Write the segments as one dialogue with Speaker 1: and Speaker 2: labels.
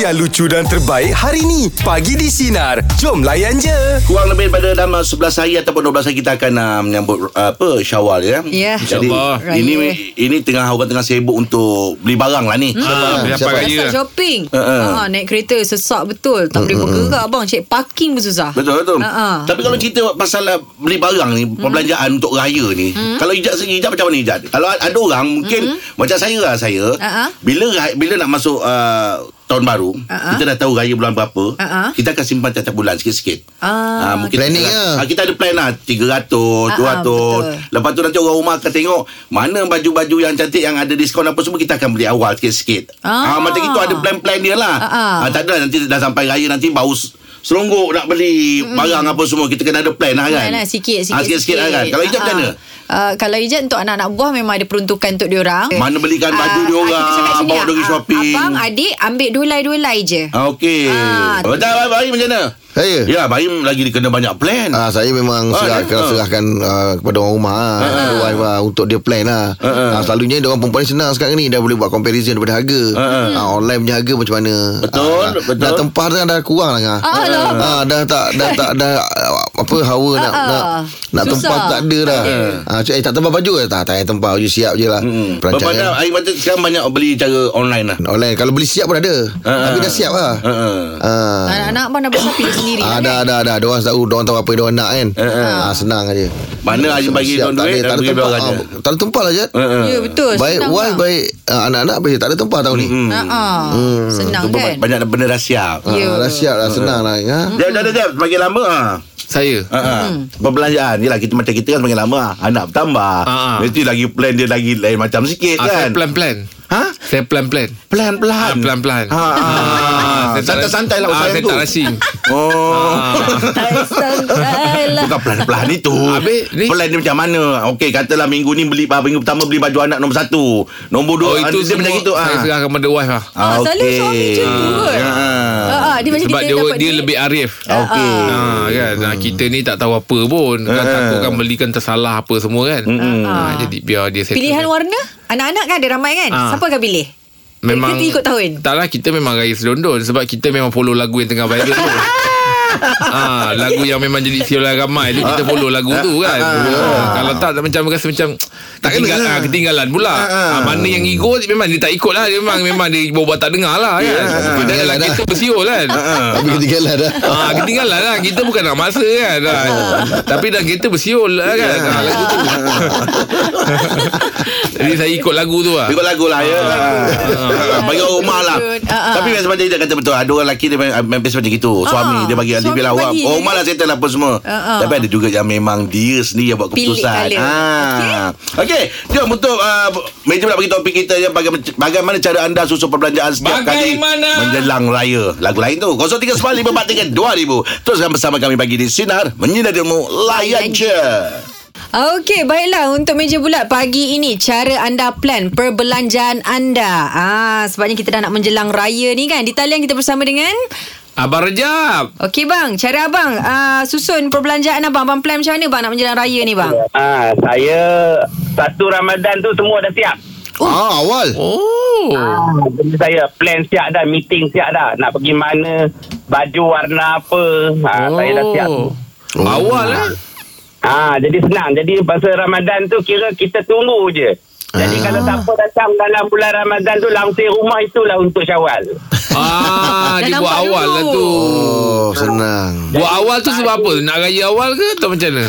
Speaker 1: yang lucu dan terbaik hari ni. Pagi di Sinar. Jom layan je.
Speaker 2: Kurang lebih pada dalam uh, 11 hari ataupun 12 hari kita akan uh, menyambut uh, apa Syawal ya.
Speaker 3: Ya.
Speaker 2: Jadi
Speaker 4: InsyaAllah.
Speaker 2: ini
Speaker 3: Raya. Hmm.
Speaker 2: ini tengah orang tengah sibuk untuk beli barang lah ni.
Speaker 4: Ah,
Speaker 3: ya.
Speaker 4: beli apa
Speaker 2: Siapa?
Speaker 4: raya?
Speaker 3: Pasal shopping
Speaker 2: Ha, ha.
Speaker 3: uh-huh. Naik kereta sesak betul Tak boleh bergerak bang Cek parking pun susah
Speaker 2: Uh, Betul betul.
Speaker 3: Ha-ha.
Speaker 2: Tapi kalau cerita pasal uh, beli barang ni,
Speaker 3: Hmm.
Speaker 2: perbelanjaan untuk raya ni, kalau ijat sendiri ijat macam mana ijat? Kalau ada orang mungkin
Speaker 3: Hmm.
Speaker 2: macam saya lah saya,
Speaker 3: Ha-ha.
Speaker 2: bila ra- bila nak masuk uh, tahun baru,
Speaker 3: Ha-ha.
Speaker 2: kita dah tahu raya bulan berapa,
Speaker 3: Ha-ha.
Speaker 2: kita akan simpan tiap-tiap bulan sikit-sikit.
Speaker 3: Ah,
Speaker 2: Ah, mungkin
Speaker 5: Planning
Speaker 2: kita,
Speaker 5: lah.
Speaker 2: ah, kita ada plan lah 300,
Speaker 3: Ah,
Speaker 2: 200.
Speaker 3: betul.
Speaker 2: Lepas tu nanti orang rumah akan tengok mana baju-baju yang cantik yang ada diskaun apa semua kita akan beli awal sikit-sikit.
Speaker 3: Ah.
Speaker 2: Ah. macam itu ada plan-plan dia lah.
Speaker 3: Ah, ah.
Speaker 2: Ah, tak ada nanti dah sampai raya nanti bau s- Selonggok nak beli mm. barang apa semua Kita kena ada plan lah kan
Speaker 3: Kan? Lah, sikit, sikit,
Speaker 2: ah, Sikit-sikit lah kan Kalau hijab
Speaker 3: Ah,
Speaker 2: macam mana?
Speaker 3: ah. Ah, kalau hijab untuk anak-anak buah memang ada peruntukan untuk diorang.
Speaker 2: Mana belikan baju
Speaker 3: Ah,
Speaker 2: diorang,
Speaker 3: kita cakap sini
Speaker 2: bawa
Speaker 3: lah.
Speaker 2: dia pergi
Speaker 3: Ah,
Speaker 2: shopping.
Speaker 3: Abang, adik ambil dulai-dulai je.
Speaker 2: Ah, Okey
Speaker 3: Ah,
Speaker 2: ah, Betul Abang Bahim macam mana?
Speaker 5: Saya?
Speaker 2: Ya Bahim lagi kena banyak plan
Speaker 5: Ah, saya memang
Speaker 2: Ah,
Speaker 5: serah,
Speaker 2: ya? Ah.
Speaker 5: serahkan ah, kepada orang rumah ah, keluar, ah, untuk dia plan lah. Ah, selalunya dia orang perempuan ni senang sekarang ni dah boleh buat comparison daripada harga. Ah, online punya harga macam mana?
Speaker 2: Betul,
Speaker 5: Ah, dah-
Speaker 2: betul.
Speaker 5: Dah tempah dah, dah kurang lah. Ah,
Speaker 3: Ah, alah.
Speaker 5: ah, dah tak dah tak dah ah, apa hawa nak
Speaker 3: Ah, ah.
Speaker 5: nak nak
Speaker 3: Susah.
Speaker 5: tempah tak ada dah. Ah, cakap, eh, tak tempah baju ke? Tak, tak payah tempah baju siap je lah.
Speaker 2: hmm.
Speaker 5: Perancangan.
Speaker 2: Berpada Bahim macam sekarang banyak beli cara online lah
Speaker 5: Online kalau beli siap pun ada. Tapi dah siap lah.
Speaker 3: Ya,
Speaker 2: Ah, ah.
Speaker 5: Ah.
Speaker 3: Anak-anak abang dah besar pilih sendiri. lah,
Speaker 5: Ah, ada,
Speaker 3: kan?
Speaker 5: ada, ada. Diorang tahu, diorang tahu apa yang diorang nak kan. Ah, senang
Speaker 2: Eh,
Speaker 5: aja.
Speaker 2: Mana Haji bagi
Speaker 5: Siap,
Speaker 2: diorang
Speaker 5: tak
Speaker 2: duit,
Speaker 5: ada- Tak ada
Speaker 2: bagi
Speaker 5: tempat.
Speaker 2: diorang
Speaker 5: Ah,
Speaker 2: aja.
Speaker 5: Tak ada tempat lah, Jad.
Speaker 2: Ah, ah.
Speaker 3: Ya, betul.
Speaker 5: Baik
Speaker 3: senang,
Speaker 5: wife,
Speaker 3: bang.
Speaker 5: baik ah, anak-anak apa je. Tak ada tempat tahun ni.
Speaker 2: Hmm.
Speaker 3: Ah, ah. Senang
Speaker 2: Tu
Speaker 3: kan?
Speaker 2: Eh, Banyak benda dah siap
Speaker 4: Hmm.
Speaker 5: Ah,
Speaker 3: Ya. Hmm.
Speaker 5: Dah siap lah, senang lah. ha?
Speaker 2: Jap, jap, jap, jap. Semakin lama ha.
Speaker 4: ah. Saya.
Speaker 2: Ha, ha. Perbelanjaan Yelah kita macam kita kan semakin lama ha. Anak bertambah
Speaker 4: Ha, ha.
Speaker 2: Mesti lagi plan dia lagi lain macam sikit
Speaker 4: Ah,
Speaker 2: kan
Speaker 4: saya pelan-pelan.
Speaker 2: Ha?
Speaker 4: Saya pelan-pelan.
Speaker 2: Pelan-pelan
Speaker 4: Ah, pelan-pelan.
Speaker 2: ha. ha.
Speaker 4: saya tak-
Speaker 2: Santai-santai lah
Speaker 4: ah,
Speaker 2: usaha
Speaker 4: Saya
Speaker 2: tu
Speaker 4: tak racing.
Speaker 2: Oh
Speaker 3: Santai lah.
Speaker 2: Bukan pelan-pelan itu
Speaker 4: Ah. Habis, ni?
Speaker 2: Pelan dia macam mana Okey katalah minggu ni beli ah, Minggu pertama beli baju anak nombor satu Nombor
Speaker 4: Oh,
Speaker 2: dua ah,
Speaker 4: itu
Speaker 2: Dia
Speaker 4: semua
Speaker 2: macam itu
Speaker 4: saya
Speaker 2: ah.
Speaker 4: serahkan kepada wife lah.
Speaker 3: Ah, selalu
Speaker 2: okey.
Speaker 3: suami macam tu kot.
Speaker 2: Ha, ha.
Speaker 3: Ah, ah, dia Ah, macam
Speaker 4: Sebab
Speaker 3: kita
Speaker 4: dia,
Speaker 3: dapat
Speaker 4: dia
Speaker 3: duit.
Speaker 4: lebih arif.
Speaker 2: Okey
Speaker 4: Ha, kan? Ha, kita ni tak tahu apa pun. Kan takut kan belikan tersalah apa semua kan. Ha, jadi biar dia settle.
Speaker 3: Pilihan warna Anak-anak kan ada ramai kan
Speaker 4: Ah.
Speaker 3: Siapa akan pilih
Speaker 4: Memang
Speaker 3: Kita ikut tahun
Speaker 4: Tak lah kita memang raya selondon Sebab kita memang follow lagu yang tengah viral tu Ah, lagu yang memang jadi siulan ramai tu kita follow lagu tu kan. Ah, kalau tak tak macam rasa macam tak ketinggal, ah, ketinggalan pula. Ah, mana yang ego memang dia tak ikut lah dia memang memang dia berbual tak dengar lah kan. Kita yeah. lagi tu bersiul kan.
Speaker 5: Tapi ketinggalan dah.
Speaker 4: Ah, ketinggalan lah Kita bukan nak maksa kan ah. Tapi dah kereta bersiul lah kan ah, Lagu tu Jadi saya ikut lagu tu lah
Speaker 2: Ikut lagu lah ya. Bagi orang rumah lah.
Speaker 3: Betul. Ah, ah.
Speaker 2: Tapi memang macam dia kata betul. Ada orang lelaki dia memang memang macam gitu. Suami
Speaker 3: Ah,
Speaker 2: dia bagi alih
Speaker 3: suami
Speaker 2: bila awak.
Speaker 3: bagi.
Speaker 2: Orang rumah lah settle apa semua.
Speaker 3: Ah, ah.
Speaker 2: Tapi ada juga yang memang dia sendiri yang buat
Speaker 3: Pilih
Speaker 2: keputusan.
Speaker 3: colour.
Speaker 2: Ah. Okey, jom untuk ah, meja pula bagi topik kita yang baga- bagaimana cara anda susun perbelanjaan setiap kali
Speaker 4: Bagaimana?
Speaker 2: menjelang raya. Lagu lain tu. 0395432000. Teruskan bersama kami bagi di sinar menyinari demo layan je.
Speaker 3: Okey, baiklah untuk meja bulat pagi ini cara anda plan perbelanjaan anda. Ah, sebabnya kita dah nak menjelang raya ni kan. Di talian kita bersama dengan
Speaker 4: Abang Rejab
Speaker 3: Okey bang, cara abang ah, susun perbelanjaan abang. Abang plan macam mana bang nak menjelang raya ni bang?
Speaker 6: Ah, saya satu Ramadan tu semua dah siap.
Speaker 5: Ah, awal.
Speaker 4: Oh.
Speaker 6: Ah, benda saya plan siap dah, meeting siap dah. Nak pergi mana, baju warna apa. Ah, oh. saya dah siap.
Speaker 4: Oh. Awal eh.
Speaker 6: Ah, jadi senang. Jadi pasal Ramadan tu kira kita tunggu je. Jadi ah. kalau siapa datang dalam bulan Ramadan tu langsir rumah itulah untuk Syawal.
Speaker 4: Ah,
Speaker 3: Dah
Speaker 4: dia buat
Speaker 3: nampak
Speaker 4: awal
Speaker 3: dulu.
Speaker 4: lah tu.
Speaker 5: Oh, senang.
Speaker 4: Buat awal tu sebab apa? Nak raya awal ke atau macam mana?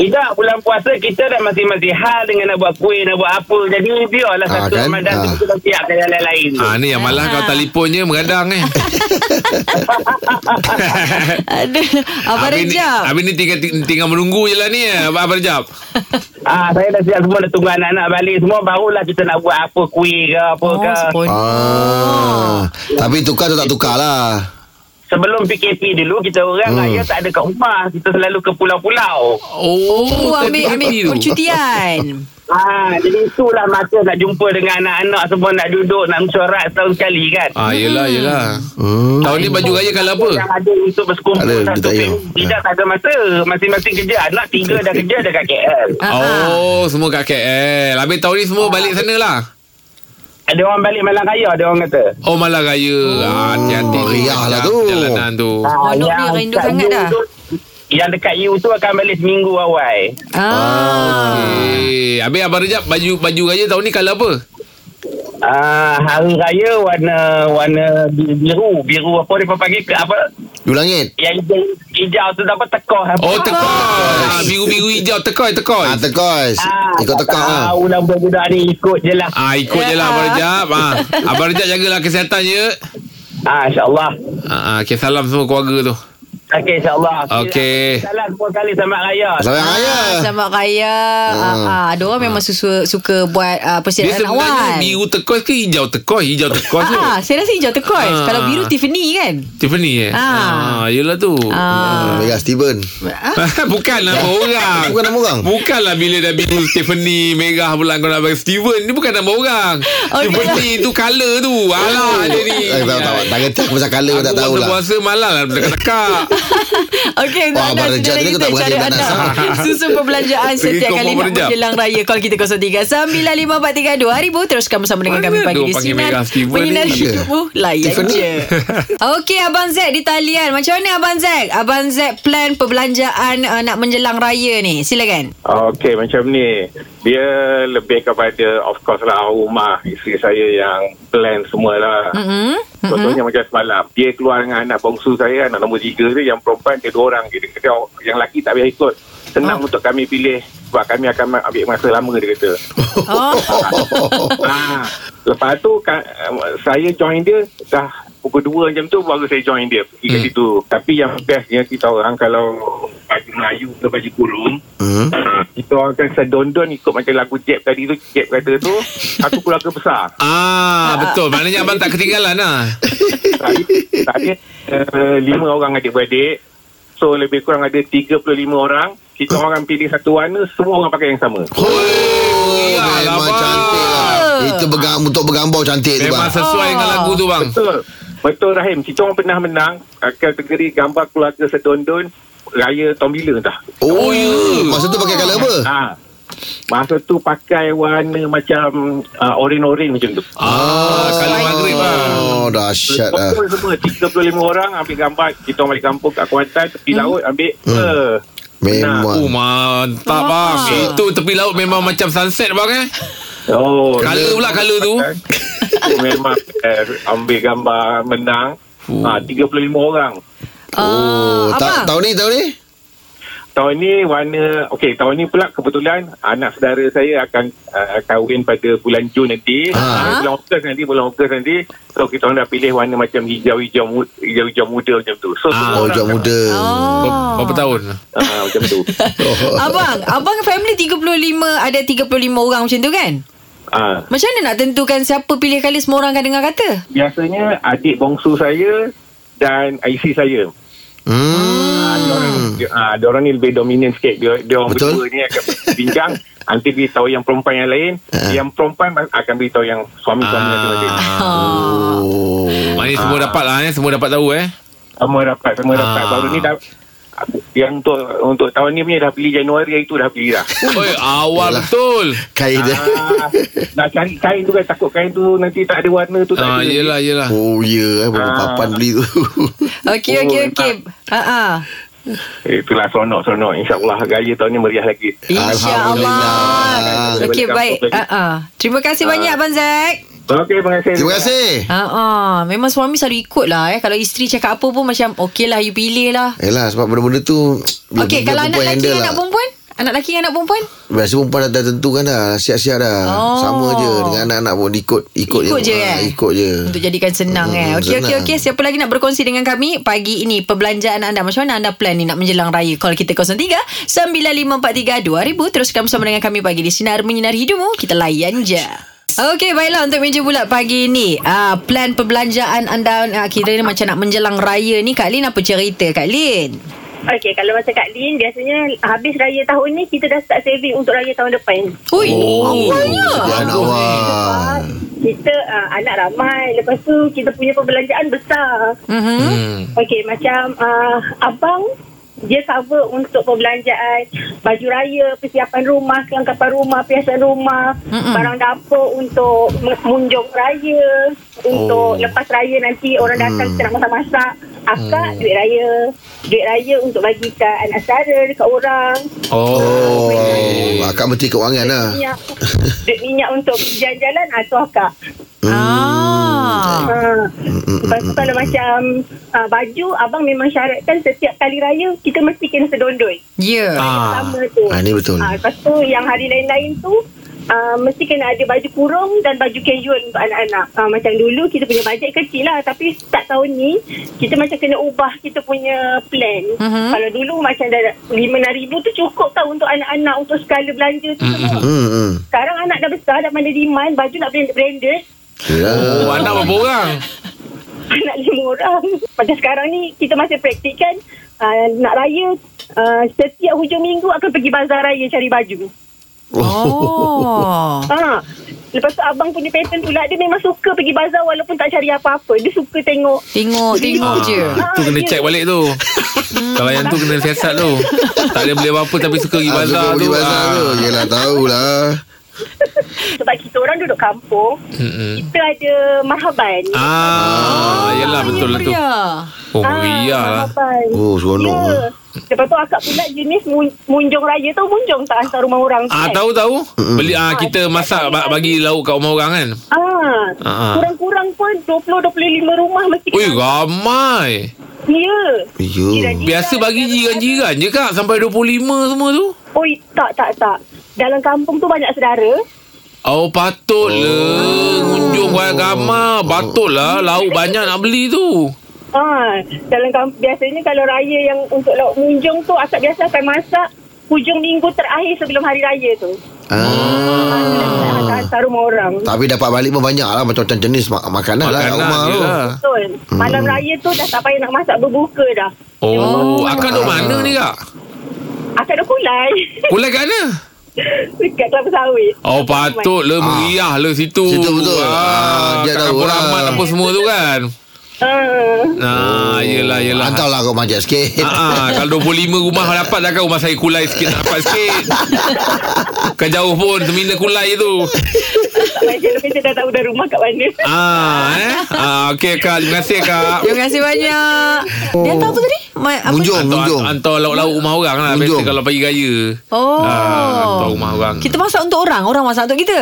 Speaker 6: Tidak, bulan puasa kita dah masing-masing hal dengan nak buat kuih, nak buat apa. Jadi biarlah
Speaker 5: Ah,
Speaker 6: satu
Speaker 5: kan?
Speaker 6: Ramadan tu
Speaker 5: Ah.
Speaker 6: kita dah siap dengan lain-lain. tu.
Speaker 4: ah, ni yang malah kau telefon je mengadang eh.
Speaker 3: Ada abang
Speaker 4: Habis ni,
Speaker 3: Rejab.
Speaker 4: habis ni tinggal, tinggal menunggu je lah ni eh, Abang Abang Rejab.
Speaker 6: Ah, saya dah siap semua dah tunggu anak-anak balik semua barulah kita nak buat apa kuih ke
Speaker 3: Oh,
Speaker 6: apa ke.
Speaker 3: sepon-
Speaker 5: Ah. Tapi tukar tu tak tukar lah.
Speaker 6: Sebelum PKP dulu kita orang hmm. raya tak ada kat rumah, kita selalu ke pulau-pulau.
Speaker 4: Oh,
Speaker 3: Oh, ambil
Speaker 4: tadi
Speaker 3: ambil
Speaker 4: tu.
Speaker 3: percutian.
Speaker 6: Ah, jadi itulah masa nak jumpa dengan anak-anak semua nak duduk nak mesyuarat setahun sekali kan.
Speaker 4: Ah, yelah, yelah.
Speaker 5: Hmm.
Speaker 4: Tahun ni baju raya kalau apa?
Speaker 6: Yang ada untuk berkumpul
Speaker 5: Ada, dia
Speaker 6: satu
Speaker 5: tak
Speaker 6: pin.
Speaker 5: payah.
Speaker 6: Tidak tak ada masa. Masing-masing kerja. Anak tiga dah kerja dekat KL.
Speaker 3: Ah, ah.
Speaker 4: Oh, semua kat KL. Habis tahun ni semua balik sana lah.
Speaker 6: ada orang balik malam raya ada orang kata.
Speaker 4: Oh malah raya Ah, Hati-hati tu,
Speaker 5: meriah lah
Speaker 4: sepanjang
Speaker 5: tu.
Speaker 4: Perjalanan tu
Speaker 3: Oh, Nok
Speaker 6: Ah, yang
Speaker 3: ni rindu
Speaker 6: kat
Speaker 3: sangat
Speaker 6: you
Speaker 3: dah.
Speaker 6: tu- Yang dekat you tu akan balik seminggu awal.
Speaker 3: Ah.
Speaker 4: Eh, Habis Abang Rejab Baju baju raya tahun ni colour apa?
Speaker 6: Ah, hari raya warna warna biru, biru apa dia panggil ke apa?
Speaker 5: Dulu langit
Speaker 6: Yang hijau, hijau tu apa tekoh apa?
Speaker 4: Oh tekoi Biru-biru hijau Tekoi tekoi
Speaker 5: Ah, tekos Ikut
Speaker 6: tak
Speaker 5: tekak lah
Speaker 6: Tahu lah budak-budak ni ikut je lah.
Speaker 4: Ah ikut je lah Abang Rejab ah. Abang Rejab jagalah kesihatan je
Speaker 6: Ah, insyaAllah.
Speaker 4: ah, ah, Okay salam semua keluarga tu
Speaker 6: Okey, insyaAllah.
Speaker 4: Okey.
Speaker 6: Salam dua kali selamat raya.
Speaker 5: Selamat raya
Speaker 3: Ah, Selamat Raya. Ah, ah, ada orang memang suka suka buat ah,
Speaker 4: Dia
Speaker 3: persediaan awal.
Speaker 4: sebenarnya biru tekoi ke hijau tekoi Hijau tekoi
Speaker 3: Ah,
Speaker 4: tu
Speaker 3: ah, saya rasa hijau tekoi.
Speaker 4: Ah.
Speaker 3: Kalau biru Tiffany kan.
Speaker 4: Tiffany eh
Speaker 3: Ah.
Speaker 4: ah Yelah tu
Speaker 3: Ah.
Speaker 5: Ah, Mega Steven
Speaker 4: Bukanlah nama orang
Speaker 5: Bukan nama orang
Speaker 4: Bukanlah bila dah biru Stephanie Merah pula kau nak bagi Steven Ni bukan nama orang
Speaker 3: Oh,
Speaker 4: oh, Stephanie tu colour tu Alah dia ni
Speaker 5: Eh, tak, tak, tak kerti aku pasal colour
Speaker 4: Aku
Speaker 5: pun tak tahulah
Speaker 4: puasa malah lah Tekak-tekak
Speaker 3: Okey, untuk
Speaker 5: Wah,
Speaker 3: anda
Speaker 5: Abang
Speaker 3: sudah
Speaker 5: Rejab
Speaker 3: lagi
Speaker 5: ni kau tak
Speaker 3: cara
Speaker 5: berhati,
Speaker 3: anda
Speaker 5: Abang
Speaker 3: susun perbelanjaan
Speaker 4: Pergi
Speaker 3: setiap
Speaker 4: kau
Speaker 3: kali
Speaker 4: Abang
Speaker 3: nak
Speaker 4: Rejab.
Speaker 3: menjelang raya call kita 03 95432000 teruskan bersama dengan
Speaker 4: Mana
Speaker 3: kami pagi
Speaker 4: ada
Speaker 3: di
Speaker 4: orang panggil
Speaker 3: sinar
Speaker 4: Mega Steven
Speaker 3: menyinari
Speaker 4: ni?
Speaker 3: hidupmu layan
Speaker 5: Tiffany.
Speaker 3: je. Okey abang Zack di talian. Macam mana abang Zack? Abang Zack plan perbelanjaan uh, nak menjelang raya ni. Silakan.
Speaker 7: Ah, Okey macam ni Dia lebih kepada Of course lah rumah Isteri saya yang Plan semua lah
Speaker 3: Hmm.
Speaker 7: Contohnya macam semalam Dia keluar dengan anak bongsu saya Anak nombor tiga dia Yang perempuan dia dua orang je Dia kata "Oh, yang lelaki tak payah ikut Senang untuk kami pilih Sebab kami akan ma- ambil masa lama Dia kata
Speaker 3: Oh.
Speaker 7: ha. Lepas tu ka, Saya join dia Dah pukul 2 macam tu Baru saya join dia Pergi ke
Speaker 4: Hmm.
Speaker 7: situ Tapi yang bestnya Kita orang kalau Baju Melayu ke baju kurung
Speaker 5: Hmm.
Speaker 7: Ah, kita orang akan sedondon ikut macam lagu Jeb tadi tu Jeb kata tu aku keluarga besar
Speaker 4: Ah betul Maknanya abang tak ketinggalan lah
Speaker 7: tadi tadi uh, lima orang adik-beradik so lebih kurang ada 35 orang kita orang pilih satu warna semua orang pakai yang sama
Speaker 5: Oh,
Speaker 4: Iyalah,
Speaker 5: memang
Speaker 4: bang.
Speaker 5: cantik lah Itu bergam, untuk bergambar cantik tu
Speaker 4: Memang
Speaker 5: Eh, bang
Speaker 4: sesuai dengan lagu tu bang
Speaker 7: betul betul Rahim kita orang pernah menang uh, kategori gambar keluarga sedondon raya tahun bila entah
Speaker 5: Oh,
Speaker 4: ya.
Speaker 5: Masa tu pakai colour apa?
Speaker 7: ha. masa tu pakai warna macam uh, oren-oren macam tu
Speaker 4: Ah Kalau maghrib bang
Speaker 5: Oh, dahsyat lah
Speaker 7: Kumpul semua 35 orang Ambil gambar Kita orang balik kampung Kat Kuantan Tepi laut ambil Eh,
Speaker 4: Oh
Speaker 5: Memang
Speaker 4: mantap bang
Speaker 3: Ah.
Speaker 4: Itu tepi laut memang macam sunset bang eh
Speaker 7: Oh
Speaker 4: Colour pula colour tu
Speaker 7: Itu Memang eh, Ambil gambar Menang ha, 35 orang
Speaker 3: Ah,
Speaker 5: Oh,
Speaker 3: abang.
Speaker 5: ta- tahun ni, tahun ni?
Speaker 7: Tahun ni warna Okey tahun ni pula kebetulan Anak saudara saya akan uh, Kahwin pada bulan Jun nanti
Speaker 5: Ah.
Speaker 7: uh, Bulan Ogos nanti Bulan Ogos nanti So kita orang dah pilih warna macam Hijau-hijau mu- hijau-hijau muda macam tu So
Speaker 4: Ah.
Speaker 5: Oh, hijau muda
Speaker 4: Ber- Berapa tahun?
Speaker 7: uh, Macam tu
Speaker 5: Oh.
Speaker 3: Abang, abang family 35 ada 35 orang macam tu kan?
Speaker 7: Ah.
Speaker 3: Macam mana nak tentukan siapa pilih kali semua orang akan dengar kata?
Speaker 7: biasanya adik bongsu saya dan IC saya.
Speaker 5: Hmm.
Speaker 7: Ah, dia orang ah, dia orang ni lebih dominan sikit. Dia dia orang
Speaker 5: Betul.
Speaker 7: berdua ni akan bincang nanti beritahu yang perempuan yang lain,
Speaker 5: Ah.
Speaker 7: yang perempuan akan beritahu yang suami-suami
Speaker 4: Ah.
Speaker 7: masing-masing.
Speaker 5: Oh.
Speaker 4: Maknanya semua dapat lah eh Semua dapat tahu eh
Speaker 7: Semua dapat, semua
Speaker 4: Ah.
Speaker 7: dapat. Baru ni dah yang untuk untuk tahun ni punya dah pilih Januari hari tu dah pilih dah.
Speaker 4: Oi, awal
Speaker 5: Yalah.
Speaker 4: betul Eh,
Speaker 5: Kain dia
Speaker 7: Ah, nak cari kain tu kan takut kain tu nanti tak ada warna tu tak
Speaker 4: ah,
Speaker 7: ada.
Speaker 4: Yelah yelah
Speaker 5: Oh, ya yeah. Berapa
Speaker 7: Ah.
Speaker 5: papan beli tu
Speaker 3: Okey
Speaker 7: Oh,
Speaker 3: okey
Speaker 7: memang.
Speaker 3: okey. Ha ah.
Speaker 7: Itulah seronok-seronok. InsyaAllah gaya tahun ni meriah lagi.
Speaker 3: Insya-Allah.
Speaker 5: Alhamdulillah.
Speaker 3: Okey
Speaker 7: Boleh
Speaker 3: baik.
Speaker 7: kampung
Speaker 3: Ha
Speaker 7: lagi.
Speaker 3: ah. Terima kasih
Speaker 5: Ha.
Speaker 3: banyak Abang Zack.
Speaker 7: Okey, terima kasih.
Speaker 5: Terima kasih
Speaker 3: Ha ah. Memang suami selalu ikut lah eh. Kalau isteri cakap apa pun macam okey lah you pilih lah.
Speaker 5: Yelah sebab benda-benda tu biar-
Speaker 3: Okey
Speaker 5: biar
Speaker 3: kalau anak lelaki
Speaker 5: perempuan handle lah.
Speaker 3: dengan anak perempuan? Anak lelaki dengan anak perempuan?
Speaker 5: Biasa perempuan dah, dah tentukan dah Siap-siap dah
Speaker 3: Oh.
Speaker 5: Sama je Dengan anak-anak pun ikut Ikut,
Speaker 3: Ikut je,
Speaker 5: Ah,
Speaker 3: eh?
Speaker 5: Ikut je
Speaker 3: Untuk jadikan senang
Speaker 5: Hmm,
Speaker 3: eh. Okey okey
Speaker 5: senang.
Speaker 3: okey. Siapa lagi nak berkongsi dengan kami pagi ini perbelanjaan anda macam mana anda plan ni nak menjelang raya? Call kita 03 9543 2000 teruskan bersama dengan kami pagi di sinar menyinari hidupmu. Kita layan je. Okey baiklah untuk meja bulat pagi ni ah, Plan perbelanjaan anda ah, Kira ni macam nak menjelang raya ni Kak Lin apa cerita Kak Lin?
Speaker 8: Okey, kalau macam Kak Lin, biasanya habis raya tahun ni, kita dah start saving untuk raya tahun depan.
Speaker 3: Ui oh.
Speaker 5: Dia anak awal
Speaker 8: Kita uh, anak ramai. Lepas tu, kita punya perbelanjaan besar.
Speaker 3: mm-hmm.
Speaker 4: hmm.
Speaker 8: Okey, macam uh, abang dia cover untuk perbelanjaan baju raya, persiapan rumah, kelengkapan rumah, perhiasan rumah,
Speaker 3: Mm-mm.
Speaker 8: Mm-mm. barang dapur untuk men- munjung raya,
Speaker 5: Oh.
Speaker 8: untuk lepas raya nanti orang datang kita nak masak-masak. Akak duit raya, duit raya untuk bagi kat anak saudara, dekat orang.
Speaker 4: Oh.
Speaker 5: Oh, akak menteri kewangan lah.
Speaker 8: Minyak, duit minyak untuk jalan-jalan atau akak.
Speaker 3: Ah.
Speaker 8: Ha. Lepas tu kalau macam uh, baju abang memang syaratkan setiap kali raya kita mesti kena sedondoi.
Speaker 3: Ya. Yeah.
Speaker 4: Ah.
Speaker 8: Sama tu.
Speaker 5: Ah, ni betul.
Speaker 8: Ah, lepas tu yang hari lain-lain tu Uh, mesti kena ada baju kurung dan baju casual untuk anak-anak. Uh, macam dulu kita punya bajet kecil lah tapi start tahun ni kita macam kena ubah kita punya plan.
Speaker 3: Mhm.
Speaker 8: Kalau dulu macam dah RM5,000 tu cukup tau untuk anak-anak untuk skala belanja tu semua.
Speaker 5: Hmm, hmm.
Speaker 8: Sekarang anak dah besar dah pandai demand baju nak branded-branded
Speaker 5: Ya.
Speaker 4: Oh, anak berapa orang?
Speaker 8: anak lima orang. Macam sekarang ni kita masih praktik kan uh, nak raya uh, setiap hujung minggu akan pergi bazar raya cari baju.
Speaker 3: Oh.
Speaker 8: Ha. Lepas tu abang punya pattern pula dia memang suka pergi bazar walaupun tak cari apa-apa. Dia suka tengok.
Speaker 3: Tengok, tengok je.
Speaker 4: Ah. Tu kena check balik tu Kalau yang tu kena siasat tu Tak boleh beli apa-apa Tapi suka pergi
Speaker 5: Ah,
Speaker 4: bazar
Speaker 5: suka
Speaker 4: tu Ah.
Speaker 5: pergi bazar tu. Yelah, tahulah.
Speaker 8: Sebab kita orang duduk kampung,
Speaker 4: Mm-mm.
Speaker 8: kita ada marhaban.
Speaker 4: Ah, Hmm. ah Yelah betul lah tu Oh
Speaker 8: Ah,
Speaker 4: meriah lah
Speaker 8: marhaban.
Speaker 5: Oh, seronok.
Speaker 8: Ya. Lepas tu akak pula jenis mun- munjung raya tu munjung tak hantar rumah orang tu
Speaker 4: Ah
Speaker 8: kan?
Speaker 4: tahu tahu beli ah kita masak ba- bagi lauk kat rumah orang kan.
Speaker 8: Ah,
Speaker 4: Ah.
Speaker 8: kurang-kurang pun 20-25 rumah
Speaker 4: Ui
Speaker 8: mesti kena-
Speaker 4: ramai.
Speaker 8: Ya.
Speaker 5: Yo.
Speaker 8: Jiran-jiran.
Speaker 4: Biasa bagi jiran-jiran je kak sampai 25 semua tu.
Speaker 8: Oh, tak, tak, tak. Dalam kampung tu banyak saudara.
Speaker 5: Oh.
Speaker 4: Oh patutlah kunjung kuala agama patutlah lauk banyak nak beli tu.
Speaker 8: Ha, dalam kampung, biasanya kalau raya yang untuk lauk munjung tu, akak biasa akan masak hujung minggu terakhir sebelum hari raya tu.
Speaker 5: Ah.
Speaker 8: Ah. Hantar rumah orang.
Speaker 5: Tapi dapat balik pun banyak lah Macam-macam jenis mak- makanan, lah kat rumah
Speaker 4: Makanan je
Speaker 5: tu
Speaker 4: lah.
Speaker 8: Betul. Malam
Speaker 4: Hmm.
Speaker 8: raya tu dah tak payah nak masak berbuka dah.
Speaker 4: Oh, akan duduk mana ni kak?
Speaker 8: Akak dah kulai
Speaker 4: Kulai kat mana?
Speaker 8: dekat kelapa sawit.
Speaker 4: Oh patut le meriah le situ.
Speaker 5: Ah. Situ betul. Ah,
Speaker 4: Ah,
Speaker 5: dia
Speaker 4: kat
Speaker 5: tahu
Speaker 4: kampung
Speaker 5: lah.
Speaker 4: Rahmat apa semua tu kan.
Speaker 8: Ha.
Speaker 4: Nah, yelah yelah.
Speaker 5: Hantarlah kau majak sikit
Speaker 4: Ah, ah, kalau 25 rumah dapat takkan rumah saya kulai sikit nak dapat sikit. Kan jauh pun terminal kulai je tu.
Speaker 8: Macam kita dah tahu dah rumah kat mana.
Speaker 4: Ah, eh. Ah, okey kak, terima kasih kak.
Speaker 3: Terima kasih banyak. Dia hantar apa tadi? Ma- apa?
Speaker 5: Munjung,
Speaker 4: Hantar-
Speaker 5: munjung
Speaker 4: Hantar lauk-lauk rumah orang lah Biasa
Speaker 5: Unjung.
Speaker 4: kalau pagi raya
Speaker 3: Oh.
Speaker 4: Ah, Hantar rumah orang
Speaker 3: Kita masak untuk orang, orang masak untuk kita.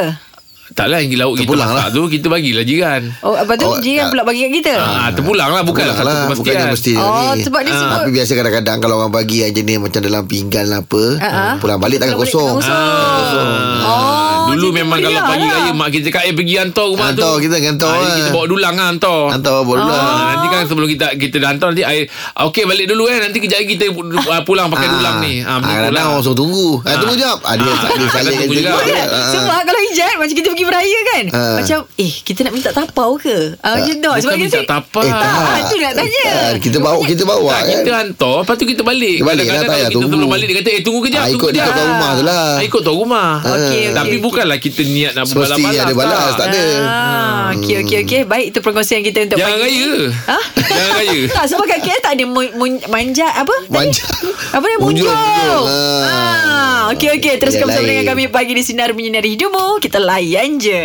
Speaker 4: Taklah yang lauk kita
Speaker 5: Terpulang lah.
Speaker 4: masak tu Kita bagilah jiran
Speaker 3: Oh, lepas tu
Speaker 5: Oh,
Speaker 3: jiran
Speaker 5: tak.
Speaker 3: pula bagi kat kita.
Speaker 4: ya. Ah, terpulang lah Bukanlah
Speaker 5: Bukan lah,
Speaker 4: satu
Speaker 5: Bukannya
Speaker 4: kemastian
Speaker 5: mesti
Speaker 3: Oh,
Speaker 5: ni.
Speaker 3: sebab dia
Speaker 4: Ah.
Speaker 3: sebut
Speaker 5: Tapi biasa kadang-kadang Kalau orang bagi yang jenis Macam dalam pinggan lah apa
Speaker 3: Ah, ah.
Speaker 5: Pulang balik takkan
Speaker 3: Kalau boleh
Speaker 5: kosong
Speaker 3: tengah kosong. Oh,
Speaker 4: Ah. Dulu
Speaker 3: jadi
Speaker 4: memang
Speaker 3: meriah
Speaker 4: kalau pagi
Speaker 3: lah.
Speaker 4: raya Mak kita cakap Eh pergi hantar rumah
Speaker 5: Hantar,
Speaker 4: tu
Speaker 5: kita akan hantar
Speaker 4: Ah, jadi
Speaker 5: lah.
Speaker 4: Kita bawa dulang lah hantar
Speaker 5: Hantar apa pula
Speaker 4: Ah, nanti kan sebelum kita kita dah hantar nanti air okey balik dulu eh nanti kejap lagi kita uh, pulang pakai dulang ni.
Speaker 5: Ah,
Speaker 4: beli
Speaker 5: kadang-kadang orang suruh tunggu ah, Tunggu jap ah, Dia
Speaker 4: Ah.
Speaker 5: tak boleh salin
Speaker 4: Kadang tunggu
Speaker 5: juga
Speaker 4: juga.
Speaker 3: Kan?
Speaker 5: Ah, ah.
Speaker 3: Sebab kalau hijab Macam kita pergi beraya kan
Speaker 5: Ha.
Speaker 3: Macam Eh kita nak minta tapau ke uh, Macam tu
Speaker 4: Ah. Bukan
Speaker 3: Sebab
Speaker 4: minta
Speaker 3: kita
Speaker 4: tapau.
Speaker 5: Eh tak
Speaker 3: Ah, tu nak tanya.
Speaker 5: Ah, Kita bawa Kita bawa
Speaker 4: Tak,
Speaker 5: kan
Speaker 4: kita hantar Lepas tu kita balik
Speaker 5: Kita balik lah, tak
Speaker 4: kalau
Speaker 5: payah
Speaker 4: kita
Speaker 5: tunggu.
Speaker 4: sebelum balik Dia kata eh tunggu kejap
Speaker 5: Ah,
Speaker 4: tunggu
Speaker 5: ikut-
Speaker 4: kejap.
Speaker 5: ikut tuan rumah tu lah.
Speaker 4: Ah, Ikut tuan rumah
Speaker 3: Okey, okey,
Speaker 4: Tapi
Speaker 3: okey.
Speaker 4: bukanlah kita niat nak
Speaker 5: Semesti
Speaker 4: berbalas-balas
Speaker 5: ada balas Tak ada
Speaker 3: Ah, okey okey okey baik itu perkongsian kita untuk
Speaker 4: Jangan
Speaker 3: pagi
Speaker 4: raya.
Speaker 3: ni. Ha?
Speaker 4: Jangan raya.
Speaker 3: tak sebab kat KL tak ada mun, mun, manja apa? tadi?
Speaker 5: Manja.
Speaker 3: Apa dia
Speaker 5: Munjung,
Speaker 3: munjung.
Speaker 5: munjung.
Speaker 3: Ah,
Speaker 5: Ah.
Speaker 3: okey okey teruskan
Speaker 5: Yang
Speaker 3: bersama
Speaker 5: lain.
Speaker 3: dengan kami pagi di sinar menyinari hidupmu. Kita layan je.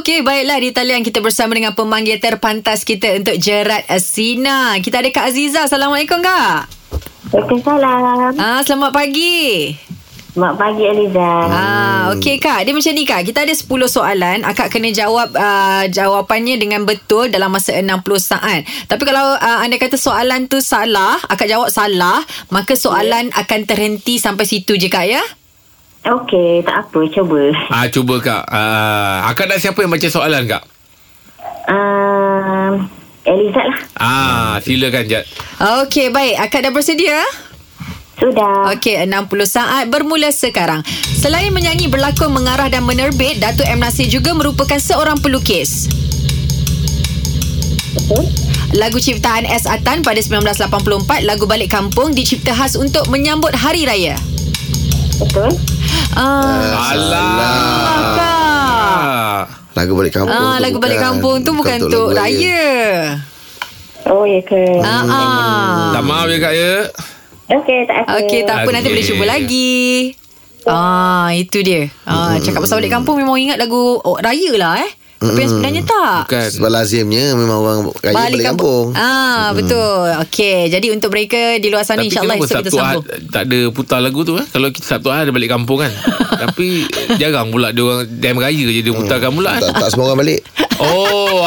Speaker 3: Okey baiklah di talian kita bersama dengan pemanggil terpantas kita untuk jerat eh, Sina. Kita ada Kak Aziza. Assalamualaikum Kak.
Speaker 8: Waalaikumsalam.
Speaker 3: Ah, selamat pagi.
Speaker 8: Selamat pagi Eliza.
Speaker 3: Ah, okey Kak. Dia macam ni Kak. Kita ada 10 soalan. Akak kena jawab uh, jawapannya dengan betul dalam masa 60 saat. Tapi kalau uh, anda kata soalan tu salah, akak jawab salah, maka soalan akan terhenti sampai situ je Kak ya.
Speaker 8: Okey, tak apa. Cuba.
Speaker 4: Ah, cuba kak ah, Akak nak siapa yang baca soalan kak?
Speaker 8: Uh, Eliza lah.
Speaker 4: Ah, silakan Jad
Speaker 3: Okey, baik. Akak dah bersedia?
Speaker 8: Sudah.
Speaker 3: Okey, 60 saat bermula sekarang. Selain menyanyi, berlakon, mengarah dan menerbit, Datuk M. Nasir juga merupakan seorang pelukis. Lagu ciptaan S. Atan pada 1984, lagu Balik Kampung dicipta khas untuk menyambut Hari Raya.
Speaker 8: Betul.
Speaker 3: Ah,
Speaker 4: Alah
Speaker 3: Kak.
Speaker 4: Ah.
Speaker 5: Lagu balik kampung
Speaker 3: Ah,
Speaker 5: tu
Speaker 3: lagu Balik Kampung tu bukan untuk
Speaker 5: lagu
Speaker 3: Raya.
Speaker 8: Oh, ya ke?
Speaker 3: Ah, ah.
Speaker 4: Tak maaf ya kak ya
Speaker 8: Okey, tak apa.
Speaker 3: Okey, tak apa nanti
Speaker 4: Okey.
Speaker 3: boleh cuba lagi. Ah, itu dia.
Speaker 4: Hmm.
Speaker 3: Ah, cakap pasal balik kampung memang ingat lagu oh, raya lah eh. Tapi yang sebenarnya tak.
Speaker 4: Hmm. Bukan
Speaker 5: Sebab lazimnya memang orang raya balik, kampung.
Speaker 3: Ah, betul. Okey, jadi untuk mereka di luar sana
Speaker 4: Hmm. Tapi
Speaker 3: insya-Allah
Speaker 4: kenapa
Speaker 3: esok kita
Speaker 4: Sabtu Ahad
Speaker 3: sambung.
Speaker 4: tak ada putar lagu tu eh? Kalau kita Sabtu Ahad ada balik kampung kan. Tapi jarang pula dia orang time raya je dia putarkan pula.
Speaker 5: Hmm. Tak,
Speaker 4: eh.
Speaker 5: tak semua orang balik.
Speaker 4: Oh,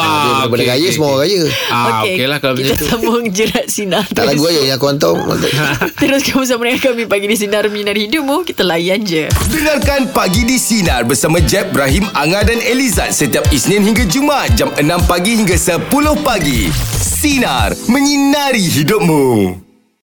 Speaker 5: Dia
Speaker 4: ah,
Speaker 5: balik
Speaker 4: okey,
Speaker 5: raya
Speaker 4: okey,
Speaker 5: semua orang
Speaker 4: okey.
Speaker 5: raya.
Speaker 4: Ah, okey lah kalau
Speaker 3: kita
Speaker 4: macam tu.
Speaker 3: sambung jerat sinar.
Speaker 5: Tak lagu raya yang aku hantar.
Speaker 4: Ha.
Speaker 3: Terus kamu sama dengan kami pagi di sinar minar hidupmu. Kita layan je.
Speaker 1: Dengarkan Pagi di Sinar bersama Jeb, Ibrahim, Anga dan Elizad setiap Isnin hingga Jumaat jam 6 pagi hingga 10 pagi. Sinar, menyinari hidupmu.